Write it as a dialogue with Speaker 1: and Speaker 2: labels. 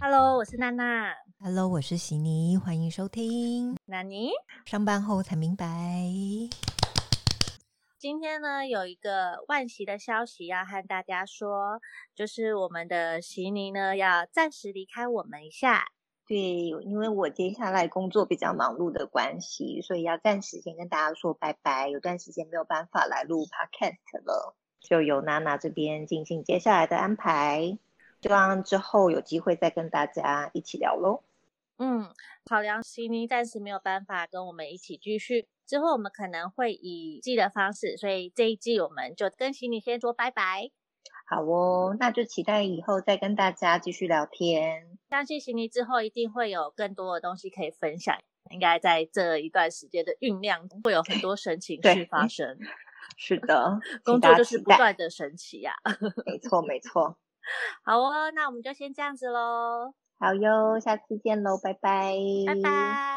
Speaker 1: 娜娜，
Speaker 2: Hello，我是悉尼，欢迎收听。
Speaker 1: 纳尼。
Speaker 2: 上班后才明白，
Speaker 1: 今天呢，有一个万喜的消息要和大家说，就是我们的席尼呢要暂时离开我们一下。
Speaker 3: 对，因为我接下来工作比较忙碌的关系，所以要暂时先跟大家说拜拜。有段时间没有办法来录 podcast 了，就由娜娜这边进行接下来的安排。希望之后有机会再跟大家一起聊喽。
Speaker 1: 嗯，考量悉尼暂时没有办法跟我们一起继续，之后我们可能会以季的方式，所以这一季我们就跟悉尼先说拜拜。
Speaker 3: 好哦，那就期待以后再跟大家继续聊天。
Speaker 1: 相信悉尼之后一定会有更多的东西可以分享，应该在这一段时间的酝酿，会有很多神情
Speaker 3: 对
Speaker 1: 事发生。，
Speaker 3: 是 的
Speaker 1: 工作
Speaker 3: 请大家
Speaker 1: 就是
Speaker 3: 期
Speaker 1: 不
Speaker 3: 待
Speaker 1: 断的神奇呀、
Speaker 3: 没错，没错。
Speaker 1: 好哦，那我们就先这样子喽，
Speaker 3: 好哟，下次见喽，拜拜，
Speaker 1: 拜拜。